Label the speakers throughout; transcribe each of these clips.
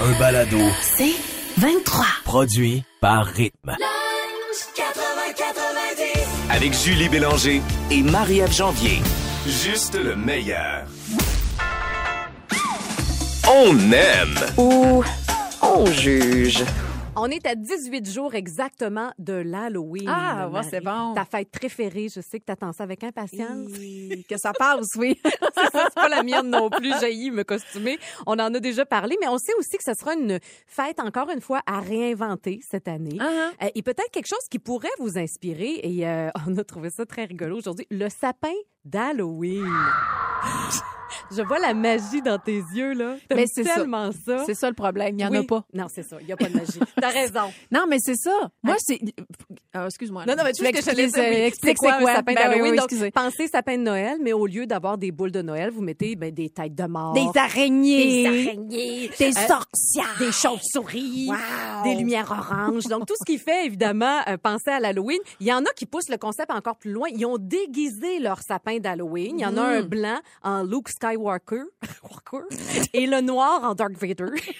Speaker 1: Un balado.
Speaker 2: C'est 23.
Speaker 1: Produit par Rythme.
Speaker 3: 80-90.
Speaker 4: Avec Julie Bélanger et Marie-Ève Janvier.
Speaker 5: Juste le meilleur.
Speaker 4: On aime.
Speaker 6: Ou on juge.
Speaker 7: On est à 18 jours exactement de l'Halloween.
Speaker 6: Ah, ouais,
Speaker 7: Marie.
Speaker 6: c'est bon.
Speaker 7: Ta fête préférée, je sais que t'attends ça avec impatience.
Speaker 6: Hi, Que ça passe, oui.
Speaker 7: c'est ça, c'est pas la mienne non plus, j'ai me costumer. On en a déjà parlé, mais on sait aussi que ce sera une fête encore une fois à réinventer cette année.
Speaker 6: Ah,
Speaker 7: Euh, et peut-être quelque chose qui pourrait vous inspirer, et euh, on a trouvé ça très rigolo aujourd'hui, le sapin d'Halloween. Je vois la magie dans tes yeux, là. T'aimes
Speaker 6: Mais c'est ça.
Speaker 7: tellement Ben, ça.
Speaker 6: C'est ça le problème, il n'y en a
Speaker 7: Ah. Oui.
Speaker 6: pas.
Speaker 7: Non, c'est ça. Il n'y a pas de magie. T'as raison.
Speaker 6: Non, mais c'est ça. Moi, c'est. Ah, excuse-moi.
Speaker 7: Ben, Non, non, mais tu
Speaker 6: vas
Speaker 7: sais ce que je te laisse, oui.
Speaker 6: Explique
Speaker 7: C'est
Speaker 6: quoi,
Speaker 7: un sapin
Speaker 6: Ben oui,
Speaker 7: d'Halloween.
Speaker 6: oui,
Speaker 7: Donc,
Speaker 6: excusez.
Speaker 7: pensez sapin de Noël, mais au lieu d'avoir des boules de Noël, vous mettez ben, des têtes de mort.
Speaker 6: Des araignées.
Speaker 7: Des araignées.
Speaker 6: Des
Speaker 7: Euh,
Speaker 6: sorcières.
Speaker 7: Des chauves-souris.
Speaker 6: Wow.
Speaker 7: Des lumières oranges. Donc, tout ce qui fait, évidemment, euh, penser à l'Halloween. Il y en a qui poussent le concept encore plus loin. Ils ont déguisé leur sapin d'Halloween. Il y en a un
Speaker 6: Mm.
Speaker 7: blanc en Luke Skywalker Walker, et le noir en Dark Vader.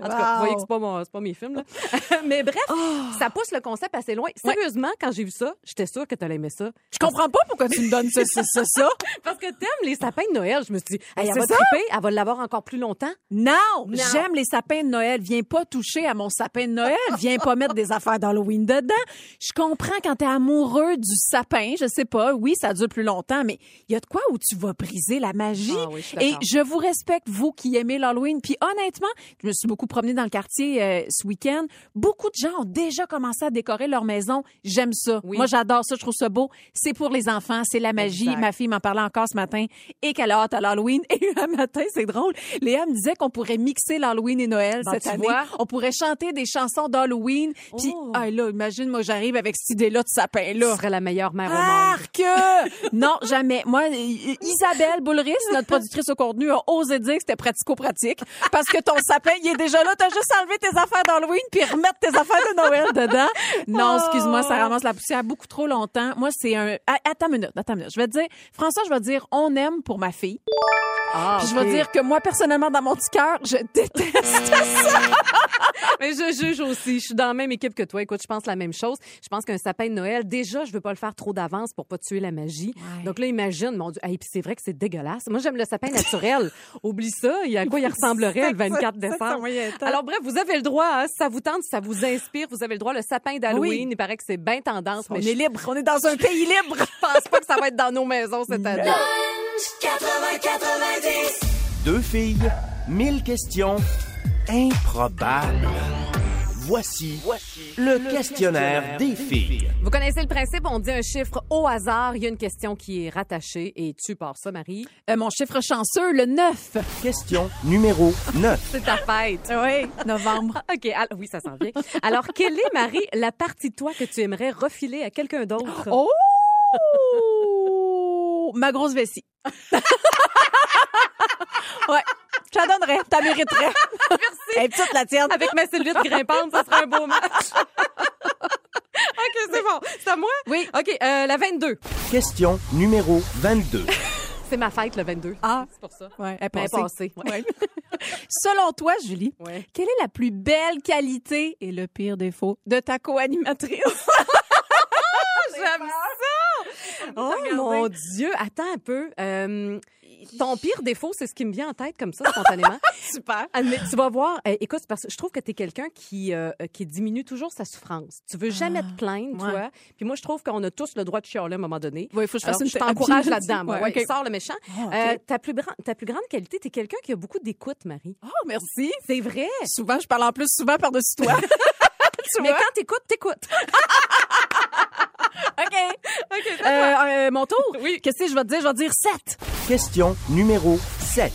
Speaker 7: En tout cas, vous voyez que c'est pas, mon- c'est pas mes films, là. Mais bref,
Speaker 6: Oh.
Speaker 7: ça pousse le concept assez loin. Sérieusement, quand j'ai vu ça, j'étais sûre que t'allais aimer ça.
Speaker 6: Je comprends pas pourquoi tu me donnes ça, ça, ça, ça.
Speaker 7: Parce que t'aimes les sapins de Noël. Je me suis dit, hey, elle
Speaker 6: c'est
Speaker 7: va
Speaker 6: ça.
Speaker 7: triper, elle va l'avoir encore plus longtemps.
Speaker 6: Non, j'aime les sapins de Noël. Viens pas toucher à mon sapin de Noël. Viens pas mettre des affaires d'Halloween dedans. Je comprends quand t'es amoureux du sapin, je sais pas. Oui, ça dure plus longtemps, mais il y a de quoi où tu vas briser la magie.
Speaker 7: Ah oui, je suis
Speaker 6: Et
Speaker 7: d'accord.
Speaker 6: je vous respecte, vous qui aimez l'Halloween. Puis honnêtement, je me suis beaucoup promenée dans le quartier euh, ce week-end. Beaucoup de gens ont déjà commencé à décorer leur maison. J'aime ça.
Speaker 7: Oui.
Speaker 6: Moi, j'adore ça. Je trouve ça beau. C'est pour les enfants. C'est la magie.
Speaker 7: Exact.
Speaker 6: Ma fille m'en parlait encore ce matin et qu'elle a hâte à l'Halloween. Et un matin, c'est drôle. Léa me disait qu'on pourrait mixer l'Halloween et Noël
Speaker 7: Bon,
Speaker 6: cette
Speaker 7: Ben, tu
Speaker 6: année.
Speaker 7: vois.
Speaker 6: On pourrait chanter des chansons d'Halloween. Puis,
Speaker 7: Oh.
Speaker 6: ah, là, imagine, moi, j'arrive avec cette idée-là de sapin-là.
Speaker 7: Tu serais la meilleure mère au monde.
Speaker 6: Arc! non, jamais. Moi, I- Isabelle Boulris, notre productrice au contenu, a osé dire que c'était pratico-pratique parce que ton sapin, il est déjà là. T'as juste enlevé tes affaires d'Halloween puis remettre tes affaires de Noël dedans. Non, excuse-moi, ça ramasse la poussière beaucoup trop longtemps. Moi, c'est un... Ah, Attends une minute, attends une minute. Je vais te dire, François, je vais te dire, on aime pour ma fille.
Speaker 7: Ah,
Speaker 6: Puis je vais te dire que moi, personnellement, dans mon petit cœur, je déteste ça.
Speaker 7: Mais je juge aussi. Je suis dans la même équipe que toi. Écoute, je pense la même chose. Je pense qu'un sapin de Noël, déjà, je veux pas le faire trop d'avance pour pas tuer la magie. Donc là, imagine, mon Dieu. Hey, puis c'est vrai que c'est dégueulasse. Moi, j'aime le sapin naturel. Oublie ça. Il y a à quoi il ressemblerait le 24 décembre. Alors bref, vous avez le droit. hein, si ça vous tente, si ça vous inspire, vous avez le droit. Le sapin d'Halloween, il paraît que c'est bien tendance.
Speaker 6: on
Speaker 7: mais
Speaker 6: est
Speaker 7: je
Speaker 6: libre, on est dans un pays libre.
Speaker 7: pense pas que ça va être dans nos maisons cette année.
Speaker 3: 80-90.
Speaker 5: Deux filles, mille questions improbables. Voici, le, questionnaire, des filles.
Speaker 7: Vous connaissez le principe. On dit un chiffre au hasard. Il y a une question qui est rattachée. Et tu pars ça, Marie.
Speaker 6: Euh, mon chiffre chanceux, le 9.
Speaker 5: Question numéro 9.
Speaker 7: C'est ta fête.
Speaker 6: Oui, novembre.
Speaker 7: OK, al- oui, ça s'en vient. Alors, quelle est, Marie, la partie de toi que tu aimerais refiler à quelqu'un d'autre?
Speaker 6: Oh! Ma grosse vessie. ouais. Je la donnerais. T'as mériterais. Merci. Elle est petite, la tienne.
Speaker 7: Avec ma cellulite grimpante, ça serait un beau match. OK, c'est bon. C'est à moi?
Speaker 6: Oui.
Speaker 7: OK, euh, la 22.
Speaker 5: Question numéro 22.
Speaker 7: C'est ma fête, le 22.
Speaker 6: Ah.
Speaker 7: C'est pour ça.
Speaker 6: Ouais, elle est
Speaker 7: Mais
Speaker 6: passée.
Speaker 7: passé. Ouais.
Speaker 6: Ouais. Selon toi, Julie,
Speaker 7: Ouais.
Speaker 6: quelle est la plus belle qualité et le pire défaut de ta co-animatrice?
Speaker 7: J'aime ça! Oh
Speaker 6: Regardez.
Speaker 7: mon Dieu! Attends un peu. Euh, ton pire défaut, c'est ce qui me vient en tête comme ça, spontanément.
Speaker 6: Super.
Speaker 7: Ah, mais tu vas voir, euh, écoute, parce que je trouve que tu es quelqu'un qui, euh, euh, qui diminue toujours sa souffrance. Tu veux jamais te plaindre,
Speaker 6: Ah, ouais.
Speaker 7: toi. Puis moi, je trouve qu'on a tous le droit de chialer à un moment donné.
Speaker 6: Oui, il faut que je fasse
Speaker 7: Alors,
Speaker 6: une
Speaker 7: je t'encourage
Speaker 6: thérapie.
Speaker 7: là-dedans. moi.
Speaker 6: Ouais,
Speaker 7: Ouais,
Speaker 6: ok.
Speaker 7: Sors le méchant.
Speaker 6: Ah, ok.
Speaker 7: Euh, ta, plus gran- ta plus grande qualité, tu es quelqu'un qui a beaucoup d'écoute, Marie.
Speaker 6: Oh, merci.
Speaker 7: C'est vrai.
Speaker 6: Souvent, je parle en plus souvent par-dessus toi. tu
Speaker 7: Mais
Speaker 6: vois?
Speaker 7: quand t'écoutes, t'écoutes.
Speaker 6: OK. Euh, euh, mon tour? Oui. Qu'est-ce que je vais te dire? Je vais te dire 7.
Speaker 5: Question numéro 7.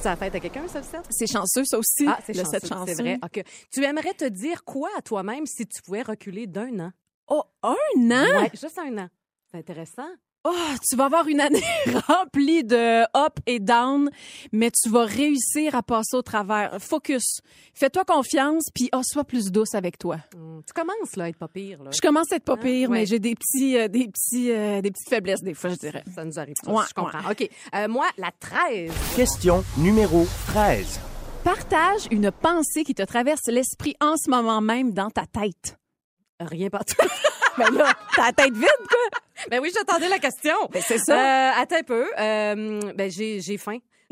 Speaker 7: C'est la fête à quelqu'un, ça, le 7?
Speaker 6: C'est chanceux, ça aussi,
Speaker 7: Ah, c'est
Speaker 6: le
Speaker 7: chanceux,
Speaker 6: cette chanson.
Speaker 7: c'est vrai. OK. Tu aimerais te dire quoi à toi-même si tu pouvais reculer d'un an?
Speaker 6: Oh, un an?
Speaker 7: Ouais, juste un an. C'est intéressant.
Speaker 6: Oh, tu vas avoir une année remplie de up et down, mais tu vas réussir à passer au travers. Focus. Fais-toi confiance, puis oh, sois plus douce avec toi.
Speaker 7: Hum, Tu commences, là, à être pas pire, là.
Speaker 6: Je commence à être pas
Speaker 7: Ah,
Speaker 6: pire,
Speaker 7: ouais.
Speaker 6: mais j'ai des petits, euh, des petits, euh, des petites faiblesses des fois, je dirais.
Speaker 7: Ça nous arrive. ça,
Speaker 6: Ouais,
Speaker 7: je comprends. OK. Euh, moi, la 13.
Speaker 5: Question numéro 13.
Speaker 6: Partage une pensée qui te traverse l'esprit en ce moment même dans ta tête.
Speaker 7: Rien partout.
Speaker 6: Ben là, ta tête vide, quoi.
Speaker 7: ben oui, j'attendais la question.
Speaker 6: Ben, c'est
Speaker 7: Euh, attends un peu. Euh, ben, j'ai j'ai faim.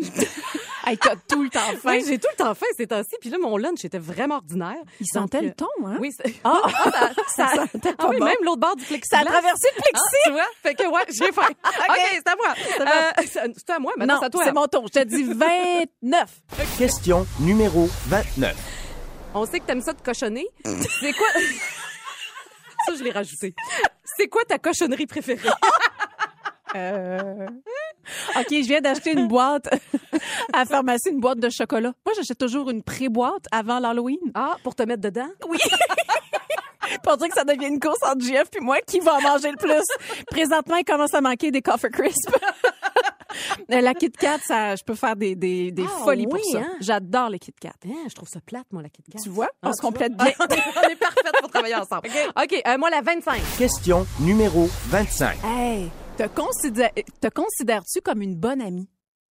Speaker 6: Hey, t'as tout le temps faim.
Speaker 7: Oui, j'ai tout le temps faim ces temps-ci. Puis là, mon lunch était vraiment ordinaire.
Speaker 6: Il
Speaker 7: Donc,
Speaker 6: sentait
Speaker 7: euh,
Speaker 6: le ton, hein?
Speaker 7: Oui, c'est-
Speaker 6: Ah,
Speaker 7: ça,
Speaker 6: ça sentait
Speaker 7: Ah
Speaker 6: pas
Speaker 7: oui,
Speaker 6: bon.
Speaker 7: même l'autre bord du
Speaker 6: Ça
Speaker 7: plexiglas.
Speaker 6: a traversé le
Speaker 7: Ah,
Speaker 6: plexi.
Speaker 7: tu vois? Fait que, ouais, j'ai faim. OK, c'est à moi. Euh, c'est c'est à moi, maintenant,
Speaker 6: non,
Speaker 7: c'est à toi.
Speaker 6: c'est mon tour. Je te dis 29.
Speaker 5: Question numéro 29.
Speaker 7: On sait que t'aimes ça de cochonner. C'est quoi... ça, je l'ai rajouté. C'est quoi ta cochonnerie préférée?
Speaker 6: OK, je viens d'acheter une boîte à la pharmacie, une boîte de chocolat. Moi, j'achète toujours une pré-boîte avant l'Halloween.
Speaker 7: Ah, pour te mettre dedans?
Speaker 6: Oui. Pour dire que ça devient une course entre JF puis moi, qui va en manger le plus? Présentement, il commence à manquer des Coffee Crisp. Euh, La Kit Kat, ça, je peux faire des, des, des
Speaker 7: Ah,
Speaker 6: folies pour
Speaker 7: oui,
Speaker 6: ça.
Speaker 7: hein?
Speaker 6: J'adore les Kit Kat.
Speaker 7: Hein, je trouve ça plate, moi, la Kit Kat.
Speaker 6: Tu vois,
Speaker 7: Ah,
Speaker 6: on se
Speaker 7: tu
Speaker 6: complète
Speaker 7: vois?
Speaker 6: bien.
Speaker 7: on est parfaite pour travailler ensemble. OK, euh, moi, la 25.
Speaker 5: Question numéro 25.
Speaker 6: Hey, te, considère- te considères-tu comme une bonne amie?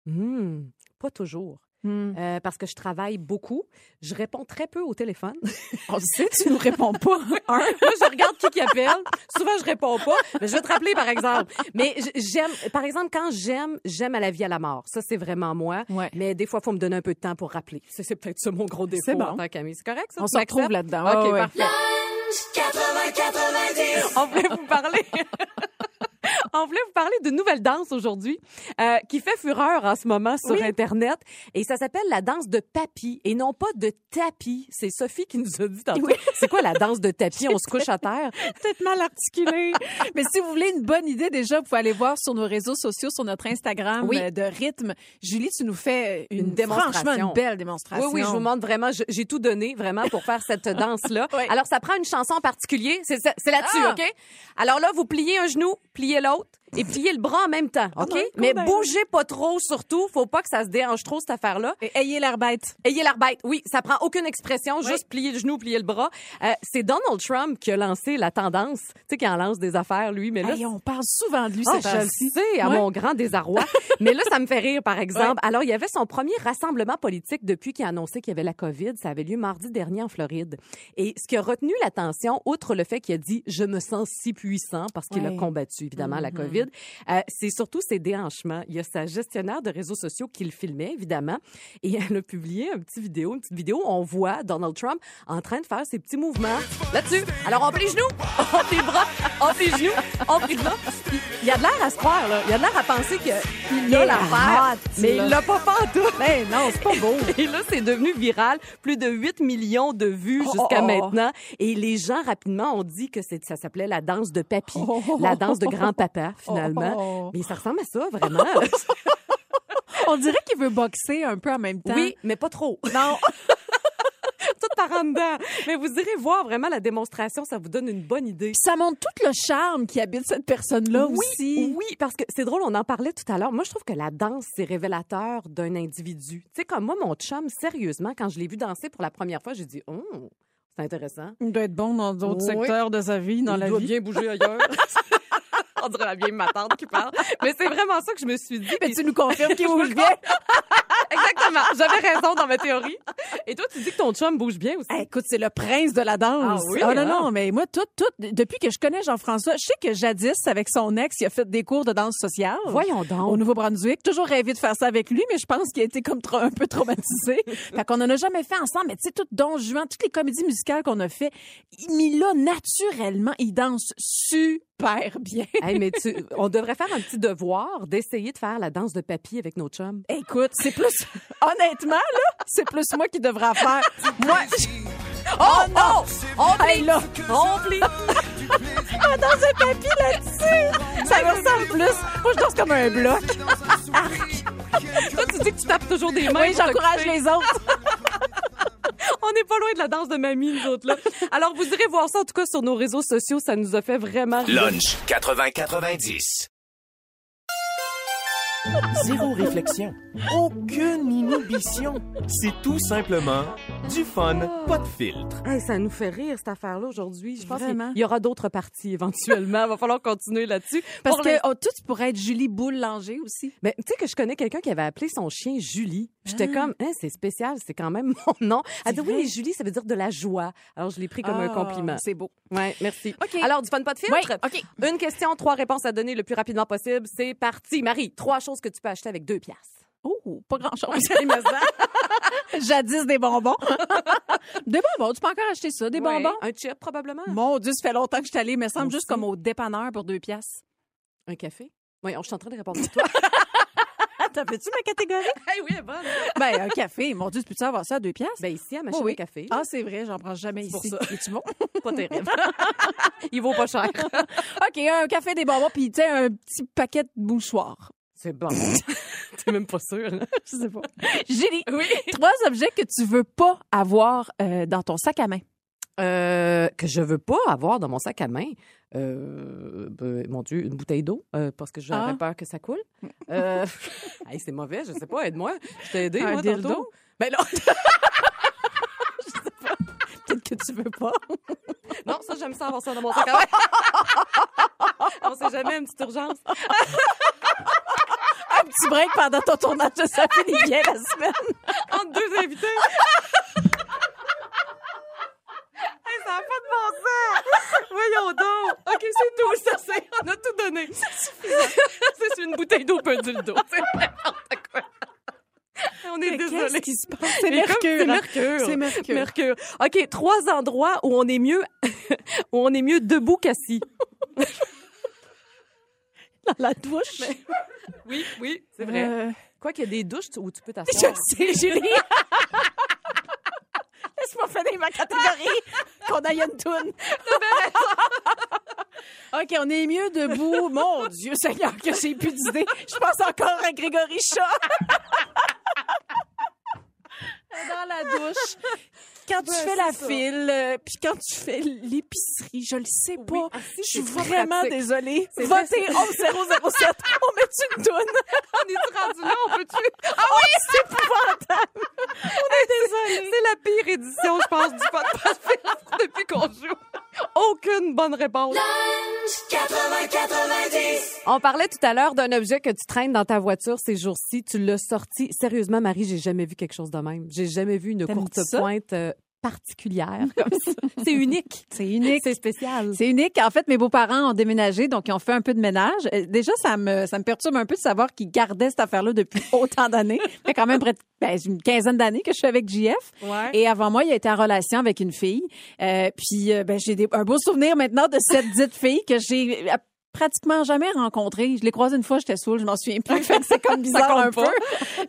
Speaker 7: Hmm, pas toujours.
Speaker 6: Hmm.
Speaker 7: Euh, parce que je travaille beaucoup. Je réponds très peu au téléphone.
Speaker 6: On le sait, tu nous réponds pas.
Speaker 7: Un, moi, je regarde qui qui appelle. Souvent, je réponds pas. Mais je vais te rappeler, par exemple. Mais j- j'aime, par exemple, quand j'aime, j'aime à la vie à la mort. Ça, c'est vraiment moi.
Speaker 6: Ouais.
Speaker 7: Mais des fois, il faut me donner un peu de temps pour rappeler. Ça, C'est peut-être ça mon gros défaut hein.
Speaker 6: C'est bon.
Speaker 7: en tant qu'ami. C'est correct, ça?
Speaker 6: On
Speaker 7: Tu
Speaker 6: se retrouve
Speaker 7: l'acceptes?
Speaker 6: là-dedans.
Speaker 7: OK,
Speaker 6: Ah Ouais, ouais.
Speaker 7: parfait. On voulait vous parler. On voulait vous parler d'une nouvelle danse aujourd'hui euh, qui fait fureur en ce moment sur Internet. Et ça s'appelle la danse de papy et non pas de tapis. C'est Sophie qui nous a dit tantôt. C'est quoi la danse de tapis? On se couche à terre.
Speaker 6: peut-être mal articulé. Mais si vous voulez une bonne idée, déjà, vous pouvez aller voir sur nos réseaux sociaux, sur notre Instagram
Speaker 7: Oui.
Speaker 6: euh, de rythme. Julie, tu nous fais une,
Speaker 7: Une démonstration.
Speaker 6: Franchement, une belle démonstration.
Speaker 7: Oui, oui, je vous montre vraiment, je- j'ai tout donné vraiment pour faire cette danse-là.
Speaker 6: Oui.
Speaker 7: Alors, ça prend une chanson en particulier, c'est ça- c'est là-dessus,
Speaker 6: Ah!
Speaker 7: OK? Alors là, vous pliez un genou, pliez l'autre et pliez le bras en même temps, OK?
Speaker 6: non,
Speaker 7: Mais
Speaker 6: cool, ben.
Speaker 7: bougez pas trop, surtout, faut pas que ça se déhanche trop, cette affaire-là.
Speaker 6: Et ayez l'air bête.
Speaker 7: Ayez l'air bête. Oui, ça prend aucune expression, juste plier le genou, plier le bras. Euh, c'est Donald Trump qui a lancé la tendance, tu sais, qui en lance des affaires, lui, mais là,
Speaker 6: Hey, on parle souvent de lui,
Speaker 7: ah,
Speaker 6: c'est
Speaker 7: je le sais, à
Speaker 6: Ouais.
Speaker 7: mon grand désarroi. Mais là, ça me fait rire, par exemple. Alors, il y avait son premier rassemblement politique depuis qu'il a annoncé qu'il y avait la COVID. Ça avait lieu mardi dernier en Floride. Et ce qui a retenu l'attention, outre le fait qu'il a dit « je me sens si puissant » parce qu'il
Speaker 6: Ouais. Mm-hmm.
Speaker 7: a combattu, évidemment, la COVID, euh, c'est surtout ses déhanchements. Il y a sa gestionnaire de réseaux sociaux qui le filmait, évidemment, et elle a publié un petit vidéo, une petite vidéo où on voit Donald Trump en train de faire ses petits mouvements là-dessus. Alors, on plie les genoux, on plie le bras, on plie les genoux, on plie le bras. Il- Il y a de l'air à se croire, là. Il y a de l'air à penser qu'il a
Speaker 6: est
Speaker 7: l'affaire,
Speaker 6: hot,
Speaker 7: mais
Speaker 6: là.
Speaker 7: il l'a pas pantoute.
Speaker 6: Ben non, c'est pas beau.
Speaker 7: Et là, c'est devenu viral. Plus de 8 millions de vues
Speaker 6: Oh,
Speaker 7: jusqu'à
Speaker 6: oh, oh.
Speaker 7: maintenant. Et les gens, rapidement, ont dit que c'est- ça s'appelait la danse de papy, la danse de grand-papa, finalement.
Speaker 6: Oh, oh.
Speaker 7: Mais ça ressemble à ça, vraiment.
Speaker 6: on dirait qu'il veut boxer un peu en même temps.
Speaker 7: oui, mais pas trop. Non. Tout par en dedans. Mais vous irez voir vraiment la démonstration. Ça vous donne une bonne idée.
Speaker 6: Puis ça montre tout le charme qui habite cette personne-là
Speaker 7: oui,
Speaker 6: aussi.
Speaker 7: Oui, parce que c'est drôle, on en parlait tout à l'heure. Moi, je trouve que la danse, c'est révélateur d'un individu. Tu sais, comme moi, mon chum, sérieusement, quand je l'ai vu danser pour la première fois, j'ai dit, oh, c'est intéressant.
Speaker 6: Il doit être bon dans
Speaker 7: d'autres secteurs
Speaker 6: de sa vie,
Speaker 7: Il doit bien bouger ailleurs. on dirait la vieille ma tante qui parle. Mais c'est vraiment ça que je me suis dit.
Speaker 6: Mais
Speaker 7: Puis-
Speaker 6: tu nous confirmes qu'il bouge bien.
Speaker 7: Exactement. J'avais raison dans ma théorie. Et toi, tu dis que ton chum bouge bien aussi.
Speaker 6: Hey, écoute, c'est le prince de la danse.
Speaker 7: Ah oui,
Speaker 6: non,
Speaker 7: hein?
Speaker 6: non, mais moi, tout, tout, depuis que je connais Jean-François, je sais que jadis, avec son ex, il a fait des cours de danse sociale.
Speaker 7: Voyons donc.
Speaker 6: Au Nouveau-Brunswick. Toujours rêvé de faire ça avec lui, mais je pense qu'il a été comme tra- un peu traumatisé. fait qu'on en a jamais fait ensemble, mais tu sais, tout Don Juan, toutes les comédies musicales qu'on a fait, il- mais là, naturellement, il danse super bien.
Speaker 7: Hey, mais tu, on devrait faire un petit devoir d'essayer de faire la danse de papy avec nos chums.
Speaker 6: Écoute, c'est plus, honnêtement, là, c'est plus moi qui devrais en faire. Moi, je- oh non!
Speaker 7: On
Speaker 6: Hey, là.
Speaker 7: On plie!
Speaker 6: Ah, dans un papier là-dessus! Ça me ressemble plus. Moi, je danse comme un bloc. Arc.
Speaker 7: Toi, tu dis que tu tapes toujours des mains.
Speaker 8: Oui,
Speaker 7: pour
Speaker 8: j'encourage
Speaker 7: t'occuper.
Speaker 8: les autres.
Speaker 7: On n'est pas loin de la danse de mamie, nous autres, là. Alors, vous irez voir ça, en tout cas, sur nos réseaux sociaux. Ça nous a fait vraiment rire.
Speaker 4: Lunch 80-90.
Speaker 5: Zéro réflexion. Aucune inhibition. C'est tout simplement du fun, pas de filtre.
Speaker 7: Hey, ça nous fait rire, cette affaire-là, aujourd'hui. Je pense qu'il
Speaker 8: Vraiment.
Speaker 7: il y aura d'autres parties, éventuellement. Il va falloir continuer là-dessus.
Speaker 8: Parce
Speaker 7: Pour
Speaker 8: que
Speaker 7: l'instant-
Speaker 8: oh, tout pourrait être Julie Boulanger aussi.
Speaker 7: Mais ben, tu sais que je connais quelqu'un qui avait appelé son chien Julie. J'étais comme, hein, c'est spécial, c'est quand même mon nom. Elle dit, oui, Julie, ça veut dire de la joie. Alors, je l'ai pris comme un
Speaker 8: Ah,
Speaker 7: compliment.
Speaker 8: C'est beau.
Speaker 7: Ouais, merci.
Speaker 8: OK.
Speaker 7: Alors, du fun pas de filtre.
Speaker 8: Ouais, OK.
Speaker 7: Une question, trois réponses à donner le plus rapidement possible. C'est parti. Marie, trois choses que tu peux acheter avec deux piastres.
Speaker 8: Oh, pas grand-chose. Jadis des bonbons. des bonbons, tu peux encore acheter ça, des
Speaker 7: Ouais,
Speaker 8: bonbons?
Speaker 7: Un chip, probablement.
Speaker 8: Mon Dieu, ça fait longtemps que je suis allée, mais semble
Speaker 7: Moi
Speaker 8: juste
Speaker 7: aussi.
Speaker 8: comme au dépanneur pour deux piastres.
Speaker 7: Un café. Voyons, je suis en train de répondre à toi.
Speaker 8: T'avais-tu Ah, ma catégorie?
Speaker 7: hey, oui, bonne.
Speaker 8: ben, un café. Mon Dieu, tu peux-tu avoir ça à deux piastres?
Speaker 7: Ben, ici, à ma chaîne
Speaker 8: Oui, oui.
Speaker 7: de café.
Speaker 8: Ah, c'est vrai, j'en prends jamais
Speaker 7: pour
Speaker 8: ici.
Speaker 7: ça.
Speaker 8: Es-tu bon?
Speaker 7: pas terrible. Il vaut pas cher.
Speaker 8: OK, un café, des bonbons, puis tu sais, un petit paquet de mouchoirs.
Speaker 7: C'est bon. T'es même pas sûr.
Speaker 8: Je sais pas. Julie, trois objets que tu veux pas avoir euh, dans ton sac à main.
Speaker 7: Euh, que je veux pas avoir dans mon sac à main. Euh, ben, mon Dieu, une bouteille d'eau, euh, parce que j'aurais
Speaker 8: Ah.
Speaker 7: peur que ça coule. Euh, hey, c'est mauvais, je sais pas, aide-moi. Je t'ai aidé,
Speaker 8: Un
Speaker 7: moi,
Speaker 8: dildo?
Speaker 7: tantôt. Ben non,
Speaker 8: Peut-être que tu veux pas.
Speaker 7: non, ça, j'aime ça avoir ça dans mon sac à main. On sait jamais, une petite urgence.
Speaker 8: un petit break pendant ton tournage, ça finit bien la semaine.
Speaker 7: Entre deux invités. Hey, ça n'a pas de bon sens! Voyons donc! OK, c'est tout, ça, c'est... On a tout donné. C'est suffisant. c'est une bouteille d'eau, pas un dildo. C'est n'importe quoi. On est désolé.
Speaker 8: qui se passe? C'est
Speaker 7: Mais comme
Speaker 8: Mercure.
Speaker 7: C'est
Speaker 8: hein?
Speaker 7: Mercure.
Speaker 8: C'est Mercure.
Speaker 7: Mercure. OK, trois endroits où on est mieux, où on est mieux debout qu'assis.
Speaker 8: La douche.
Speaker 7: Oui, oui, c'est
Speaker 8: Euh,
Speaker 7: Quoi qu'il y a des douches où tu peux
Speaker 8: Je
Speaker 7: t'asseoir.
Speaker 8: sais, Julie. Laisse-moi finir ma catégorie. Qu'on aille à une toune. OK, on est mieux debout. Mon Dieu Seigneur, que j'ai plus d'idées. Je pense encore à Grégory Chat. Dans la douche. Ben, Quand tu fais la file, euh, puis quand tu fais l'épicerie, je le sais pas. je suis
Speaker 7: c'est plus
Speaker 8: vraiment
Speaker 7: pratique.
Speaker 8: désolée.
Speaker 7: C'est
Speaker 8: Votez 11007. On met une toune. Ah
Speaker 7: On est rendu là, on peut-tu?
Speaker 8: C'est épouvantable.
Speaker 7: C'est la pire édition, je pense, du podcast depuis qu'on joue. Aucune bonne réponse. On parlait tout à l'heure d'un objet que tu traînes dans ta voiture ces jours-ci. Tu l'as sorti. Sérieusement, Marie, j'ai jamais vu quelque chose de même. J'ai jamais vu une
Speaker 8: T'aimes-tu
Speaker 7: courte
Speaker 8: ça?
Speaker 7: pointe euh, particulière comme ça. C'est unique.
Speaker 6: C'est unique.
Speaker 7: C'est spécial.
Speaker 6: C'est unique. En fait, mes beaux-parents ont déménagé, donc ils ont fait un peu de ménage. Euh, Déjà, ça me, ça me perturbe un peu de savoir qu'ils gardaient cette affaire-là depuis autant d'années. Ça fait quand même près de- ben, une quinzaine d'années que je suis avec JF.
Speaker 7: Ouais.
Speaker 6: Et avant moi, il a été en relation avec une fille. Euh, puis, euh, ben, j'ai des- un beau souvenir maintenant de cette dite fille que j'ai euh, pratiquement jamais rencontrée. Je l'ai croisée une fois, j'étais saoule, je m'en souviens plus. Fait que c'est comme bizarre un peu.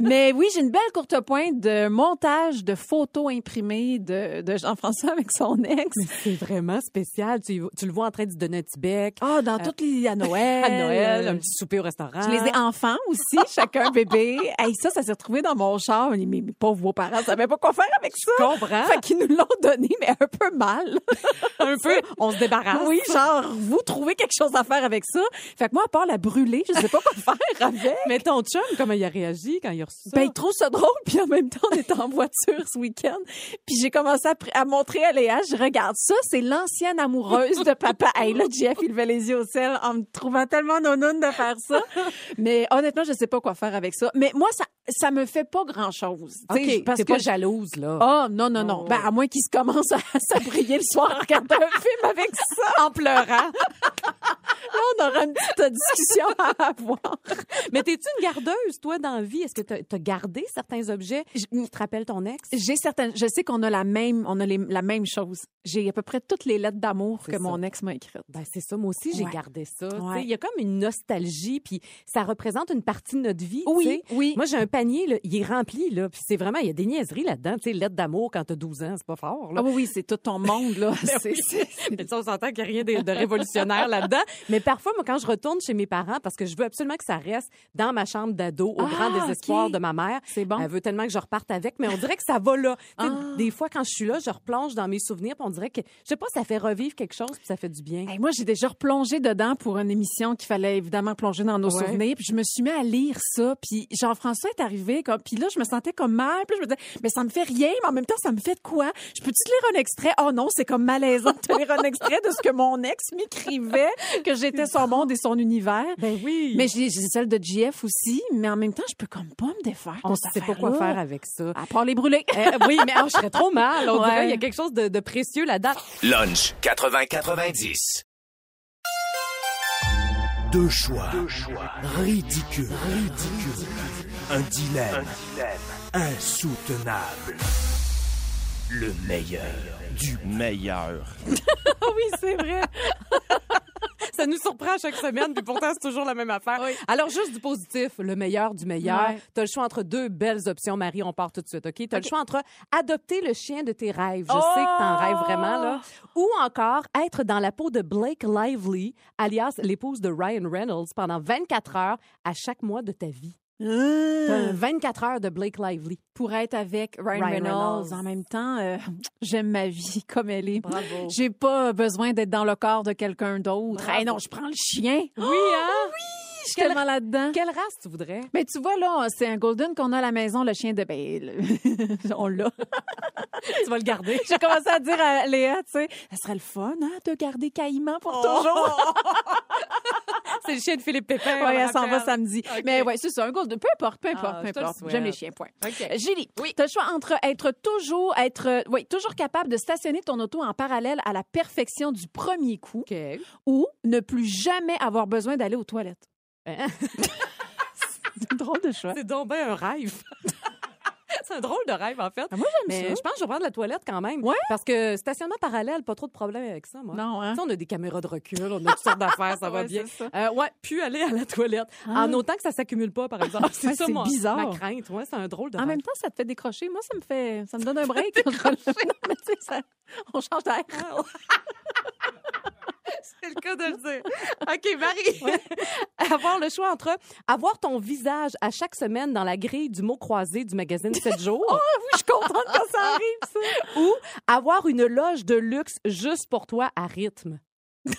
Speaker 6: Mais oui, j'ai une belle courte pointe de montage de photos imprimées de, de Jean-François avec son ex.
Speaker 7: C'est vraiment spécial. Tu, y vas- tu le vois en train de se donner un petit bec.
Speaker 6: Ah, dans toutes les à Noël,
Speaker 7: À Noël,
Speaker 6: euh,
Speaker 7: un petit souper au restaurant.
Speaker 6: Je les ai enfants aussi, chacun bébé. Hey, ça, ça s'est retrouvé dans mon char. Mes, mes pauvres beaux-parents savaient pas quoi faire avec ça.
Speaker 7: comprends.
Speaker 6: Fait qu'ils nous l'ont donné, mais un peu mal.
Speaker 7: un peu, on se débarrasse.
Speaker 6: Oui, genre, vous trouvez quelque chose à faire avec ça. Fait que moi, à part la brûler, je sais pas quoi faire avec.
Speaker 7: Mais ton chum, comment il a réagi quand il a reçu ça?
Speaker 6: Ben, il trouve ça drôle, puis en même temps, on était en voiture ce week-end, puis j'ai commencé à, pr- à montrer à Léa, je regarde ça, c'est l'ancienne amoureuse de papa. Hey, là, Jeff, il levait les yeux au ciel en me trouvant tellement nonoune de faire ça. Mais honnêtement, je sais pas quoi faire avec ça. Mais moi, ça, ça me fait pas grand-chose. tu sais,
Speaker 7: OK,
Speaker 6: parce
Speaker 7: t'es
Speaker 6: que
Speaker 7: pas jalouse, là.
Speaker 6: Oh, non, non, non.
Speaker 7: Oh.
Speaker 6: Ben, à moins qu'il se commence à s'abrier le soir en regardant un film avec ça.
Speaker 7: en pleurant.
Speaker 6: Là, on aura une petite euh, discussion à avoir.
Speaker 7: Mais t'es-tu une gardeuse, toi, dans la vie? Est-ce que t'as t'as gardé certains objets qui te rappellent ton ex?
Speaker 6: J'ai certaines. Je sais qu'on a la même, on a les- la même chose. J'ai à peu près toutes les lettres d'amour
Speaker 7: C'est
Speaker 6: que
Speaker 7: ça.
Speaker 6: mon ex m'a écrites.
Speaker 7: Ben, c'est ça. Moi aussi, j'ai
Speaker 6: Ouais.
Speaker 7: gardé ça. tu sais.
Speaker 6: Ouais.
Speaker 7: Il y a comme une nostalgie, puis ça représente une partie de notre vie. tu sais.
Speaker 6: Oui, oui.
Speaker 7: Moi, j'ai un panier, là, il est rempli, là, puis c'est vraiment, il y a des niaiseries là-dedans. Tu sais, lettre d'amour quand t'as 12 ans, c'est pas fort, là. Ben
Speaker 6: Ah oui, oui, c'est tout ton monde là. C'est-
Speaker 7: oui.
Speaker 6: c'est-
Speaker 7: Mais tu sais, on s'entend qu'il n'y a rien de, de révolutionnaire là-dedans. Mais parfois, moi, quand je retourne chez mes parents, parce que je veux absolument que ça reste dans ma chambre d'ado, au
Speaker 6: Ah,
Speaker 7: grand désespoir
Speaker 6: ok.
Speaker 7: de ma mère.
Speaker 6: C'est bon. Ah.
Speaker 7: Elle veut tellement que je reparte avec, mais on dirait que ça va là. Tu sais, Des fois, quand je suis là, je replonge dans mes souvenirs, puis on dirait que, je sais pas, ça fait revivre quelque chose, puis ça fait du bien.
Speaker 6: Hey, moi, j'ai déjà replongé dedans pour une émission qu'il fallait évidemment plonger dans nos
Speaker 7: Ouais.
Speaker 6: souvenirs. Puis je me suis mis à lire ça. Puis Jean-François est arrivé. Comme, puis là, je me sentais comme mal. Puis là, je me disais, mais ça me fait rien. Mais en même temps, ça me fait de quoi? Je peux-tu te lire un extrait? Oh non, c'est comme malaisant de te lire un extrait de ce que mon ex m'écrivait, que j'étais son monde et son univers.
Speaker 7: Ben oui.
Speaker 6: Mais j'ai j'ai celle de JF aussi. Mais en même temps, je peux comme pas me défaire.
Speaker 7: on
Speaker 6: ne
Speaker 7: sait pas quoi faire avec ça.
Speaker 6: À part les brûler.
Speaker 7: Eh, oui, mais oh, je serais trop mal. On
Speaker 6: Ouais.
Speaker 7: dirait il y a quelque chose de, de précieux là-dedans.
Speaker 4: Lunch 80-90.
Speaker 1: Deux choix. Ridicule. Ridicule. Un dilemme. Insoutenable. Le meilleur du meilleur.
Speaker 7: Ah oui, c'est vrai. Ça nous surprend à chaque semaine, puis pourtant, c'est toujours la même affaire. Alors, juste du positif, le meilleur du meilleur.
Speaker 6: Ouais.
Speaker 7: T'as le choix entre deux belles options, Marie, on part tout de suite, OK? T'as le choix entre adopter le chien de tes rêves, je sais que t'en
Speaker 6: Oh!
Speaker 7: rêves vraiment, là, ou encore être dans la peau de Blake Lively, alias l'épouse de Ryan Reynolds, pendant 24 heures à chaque mois de ta vie.
Speaker 6: Euh.
Speaker 7: T'as un 24 heures de Blake Lively.
Speaker 6: pour être avec Ryan,
Speaker 7: Ryan
Speaker 6: Reynolds.
Speaker 7: Reynolds.
Speaker 6: En même temps, euh, j'aime ma vie comme elle est.
Speaker 7: Bravo.
Speaker 6: J'ai pas besoin d'être dans le corps de quelqu'un d'autre. Hey, non, je prends le chien. Oh,
Speaker 7: Oui, hein?
Speaker 6: Je suis
Speaker 7: Quelle-
Speaker 6: tellement là-dedans.
Speaker 7: Quelle race tu voudrais?
Speaker 6: Mais tu vois, là, c'est un Golden qu'on a à la maison, le chien de ben, le- On l'a.
Speaker 7: Tu vas le garder.
Speaker 6: J'ai commencé à dire à Léa, tu sais, ça serait le fun, hein, de garder Caïman
Speaker 7: Oh!
Speaker 6: pour toujours.
Speaker 7: C'est le chien de Philippe Pépin.
Speaker 6: Oui,
Speaker 7: on
Speaker 6: elle s'en va
Speaker 7: rappelle.
Speaker 6: samedi.
Speaker 7: OK.
Speaker 6: Mais ouais, c'est ça, un Golden. Peu importe, peu importe,
Speaker 7: Ah,
Speaker 6: peu
Speaker 7: je te le
Speaker 6: importe.
Speaker 7: souhaite.
Speaker 6: J'aime les chiens, point.
Speaker 7: OK.
Speaker 6: Julie,
Speaker 7: Oui.
Speaker 6: tu as le choix entre être toujours, être, euh, oui, toujours capable de stationner ton auto en parallèle à la perfection du premier coup
Speaker 7: OK.
Speaker 6: ou ne plus jamais avoir besoin d'aller aux toilettes.
Speaker 7: Hein?
Speaker 6: C'est un drôle de choix.
Speaker 7: C'est donc bien un rêve. C'est un drôle de rêve, en fait.
Speaker 6: Ah, moi, j'aime
Speaker 7: Mais
Speaker 6: ça.
Speaker 7: je pense que je vais prendre la toilette quand même.
Speaker 6: Ouais?
Speaker 7: Parce que stationnement parallèle, pas trop de problème avec ça, moi.
Speaker 6: Non, hein?
Speaker 7: Tu sais, on a des caméras de recul, on a toutes sortes d'affaires, ça va
Speaker 6: Ouais,
Speaker 7: bien. Ah,
Speaker 6: c'est ça. Ah.
Speaker 7: Euh, ouais, puis aller à la toilette. En autant que ça s'accumule pas, par exemple.
Speaker 6: Ouais, c'est
Speaker 7: moi,
Speaker 6: bizarre.
Speaker 7: ma crainte. Ouais, c'est un drôle de
Speaker 6: En
Speaker 7: rêve.
Speaker 6: même temps, ça te fait décrocher. Moi, ça me fait, ça me donne un break. Non, mais tu sais, ça- on change d'air.
Speaker 7: Ah, C'est le cas de le dire. OK, Marie. avoir le choix entre avoir ton visage à chaque semaine dans la grille du mot croisé du magazine 7 jours. oh oui, je suis contente quand ça arrive, ça. Ou avoir une loge de luxe juste pour toi à rythme.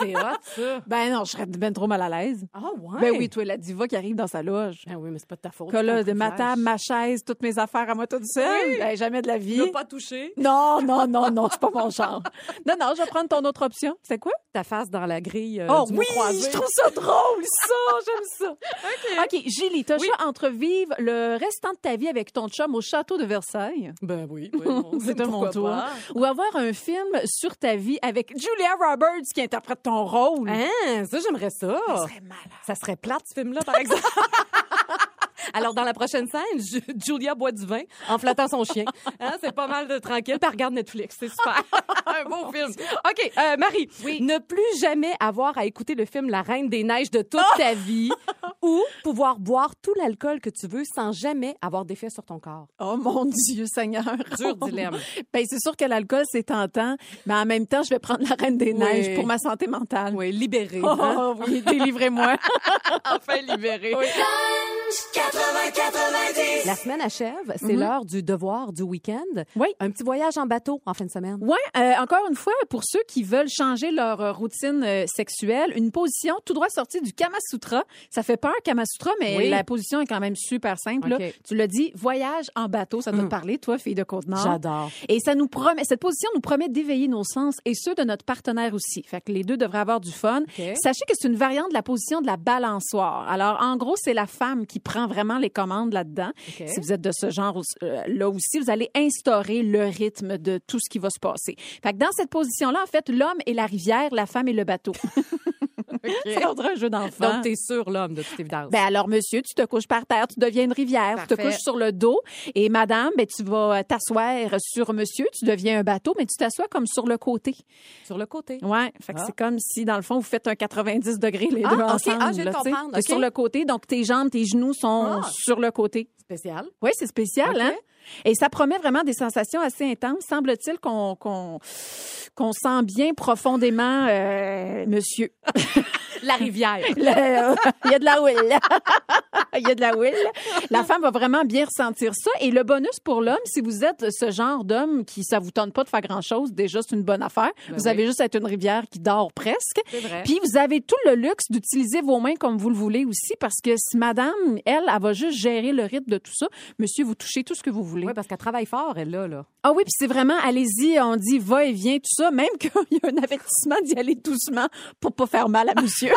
Speaker 7: C'est hot, ça.
Speaker 6: Ben non, je serais ben trop mal à l'aise.
Speaker 7: Ah ouais.
Speaker 6: Ben oui, toi, la diva qui arrive dans sa loge.
Speaker 7: Ben oui, mais c'est pas de ta faute.
Speaker 6: Que là, de ma
Speaker 7: ma
Speaker 6: table, ma chaise, toutes mes affaires à moi toute seule,
Speaker 7: Oui.
Speaker 6: ben, jamais de la vie.
Speaker 7: Ne pas toucher.
Speaker 6: Non, non, non, non, c'est pas mon genre. Non, non, je vais prendre ton autre option. C'est quoi?
Speaker 7: Ta face dans la grille euh,
Speaker 6: oh
Speaker 7: du mot
Speaker 6: oui,
Speaker 7: croisé.
Speaker 6: je trouve ça drôle, ça, j'aime ça. OK. OK, Julie, t'as le choix entre vivre le restant de ta vie avec ton chum au château de Versailles
Speaker 7: Ben oui. oui, on-
Speaker 6: c'est de mon
Speaker 7: pourquoi
Speaker 6: tour.
Speaker 7: pas.
Speaker 6: Ou avoir un film sur ta vie avec Julia Roberts qui interprète ton rôle.
Speaker 7: Hein, ça, j'aimerais ça. Ça serait Ça serait plate, ce film-là, par exemple. Alors, dans la prochaine scène, Ju- Julia boit du vin en flattant son chien. Hein, c'est pas mal de tranquille. Puis elle regarde Netflix. C'est super. Un beau film. OK, euh, Marie, ne plus jamais avoir à écouter le film La Reine des Neiges de toute ta vie ou pouvoir boire tout l'alcool que tu veux sans jamais avoir d'effet sur ton corps.
Speaker 6: Oh mon Dieu, Seigneur.
Speaker 7: Dur dilemme.
Speaker 6: Ben, c'est sûr que l'alcool, c'est tentant, mais en même temps, je vais prendre la reine des
Speaker 7: Oui.
Speaker 6: neiges pour ma santé mentale.
Speaker 7: Oui, hein. libéré.
Speaker 6: Oh, oui, délivrez-moi.
Speaker 7: enfin libéré. La semaine achève, c'est l'heure du devoir du week-end.
Speaker 6: Mhm. Oui.
Speaker 7: Un petit voyage en bateau en fin de semaine.
Speaker 6: Ouais, euh, encore une fois, pour ceux qui veulent changer leur euh, routine euh, sexuelle, une position tout droit sortie du Kama Sutra. Ça fait peur, Kama Sutra, mais
Speaker 7: Oui.
Speaker 6: la position est quand même super simple.
Speaker 7: OK. Mm.
Speaker 6: là. Tu l'as dit, voyage en bateau, ça doit te parler, toi, fille de Côte-Nord.
Speaker 7: J'adore.
Speaker 6: Et ça nous promet, cette position nous promet d'éveiller nos sens et ceux de notre partenaire aussi. Fait que les deux devraient avoir du fun.
Speaker 7: OK.
Speaker 6: Sachez que c'est une variante de la position de la balançoire. Alors, en gros, c'est la femme qui prend vraiment les commandes là-dedans.
Speaker 7: OK.
Speaker 6: Si vous êtes de ce genre-là aussi, vous allez instaurer le rythme de tout ce qui va se passer. Fait que dans cette position-là, en fait, l'homme et la rivière, la femme et le bateau. C'est l'ordre un jeu d'enfant.
Speaker 7: Donc, t'es sûr, l'homme, de toute évidence.
Speaker 6: Ben alors, monsieur, tu te couches par terre, tu deviens une rivière, tu te
Speaker 7: Parfait.
Speaker 6: couches sur le dos. Et madame, ben, tu vas t'asseoir sur monsieur, tu deviens un bateau, mais tu t'assois comme sur le côté.
Speaker 7: sur le côté.
Speaker 6: Ouais, fait que
Speaker 7: Ah.
Speaker 6: c'est comme si, dans le fond, vous faites un 90 degrés les
Speaker 7: Ah,
Speaker 6: deux
Speaker 7: ok. Ah,
Speaker 6: ensemble.
Speaker 7: je
Speaker 6: là, tu
Speaker 7: viens de
Speaker 6: sais.
Speaker 7: comprendre,
Speaker 6: T'es
Speaker 7: ok.
Speaker 6: sur le côté, donc tes jambes, tes genoux sont
Speaker 7: Ah.
Speaker 6: sur le côté.
Speaker 7: Spécial.
Speaker 6: Oui, c'est spécial,
Speaker 7: Ok.
Speaker 6: hein? Et ça promet vraiment des sensations assez intenses. Semble-t-il qu'on qu'on qu'on sent bien profondément euh, monsieur.
Speaker 7: La rivière.
Speaker 6: Le- il y a de la huile. il y a de la huile. La femme va vraiment bien ressentir ça. Et le bonus pour l'homme, si vous êtes ce genre d'homme qui ça vous tente pas de faire grand-chose, déjà, c'est une bonne affaire.
Speaker 7: Ben
Speaker 6: vous
Speaker 7: oui.
Speaker 6: avez juste à être une rivière qui dort presque.
Speaker 7: C'est vrai.
Speaker 6: Puis vous avez tout le luxe d'utiliser vos mains comme vous le voulez aussi parce que si madame, elle, elle va juste gérer le rythme de tout ça, monsieur, vous touchez tout ce que vous voulez.
Speaker 7: Oui, parce qu'elle travaille fort, elle, là. là.
Speaker 6: Ah oui, puis c'est vraiment, allez-y, on dit va et viens, tout ça, même qu'il y a un avertissement d'y aller doucement pour pas faire mal à monsieur.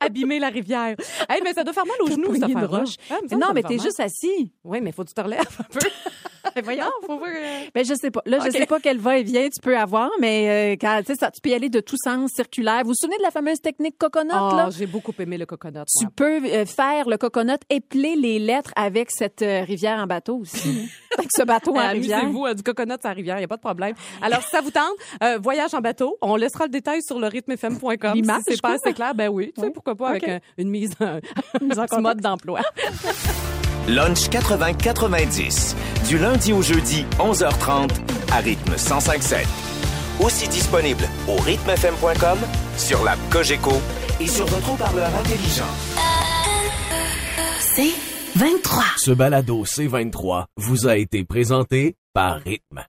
Speaker 7: Abîmer la rivière. Hey, mais ça doit faire mal aux
Speaker 6: T'as
Speaker 7: genoux,
Speaker 6: poigné
Speaker 7: cette
Speaker 6: une
Speaker 7: affaire-là.
Speaker 6: roche.
Speaker 7: Ah, me semble que
Speaker 6: non,
Speaker 7: ça
Speaker 6: mais
Speaker 7: me
Speaker 6: t'es
Speaker 7: fait
Speaker 6: juste assis.
Speaker 7: mal. Oui, mais faut que tu te relèves un peu. Voyons, faut voir. euh,
Speaker 6: Ben, je sais pas. Là,
Speaker 7: Ok.
Speaker 6: je sais pas quel va-et-vient tu peux avoir, mais euh, quand, tu sais, ça, tu peux y aller de tous sens, circulaire. Vous vous souvenez de la fameuse technique coconut, là?
Speaker 7: Oh, j'ai beaucoup aimé le coconut.
Speaker 6: Tu
Speaker 7: moi.
Speaker 6: peux euh, faire le coconut, épeler les lettres avec cette euh, rivière en bateau aussi. hein. avec ce bateau en
Speaker 7: Euh,
Speaker 6: rivière.
Speaker 7: Amusez-vous, euh, du coconut à la rivière, il n'y a pas de problème. Alors, si ça vous tente, euh, voyage en bateau, on laissera le détail sur le rythmefm.com. Si
Speaker 6: L'image,
Speaker 7: c'est
Speaker 6: je
Speaker 7: pas
Speaker 6: crois.
Speaker 7: assez clair, ben oui, tu sais,
Speaker 6: Oui.
Speaker 7: pourquoi pas avec
Speaker 6: Ok.
Speaker 7: un- une mise, euh, un,
Speaker 6: mise en
Speaker 7: petit
Speaker 6: contexte.
Speaker 7: mode d'emploi.
Speaker 5: Lunch 80-90. Du lundi au jeudi, 11h30, à rythme 105.7. Aussi disponible au rythmefm.com, sur l'app Cogeco et sur votre haut-parleur intelligent.
Speaker 9: C'est 23.
Speaker 10: Ce balado C23 vous a été présenté par Rythme.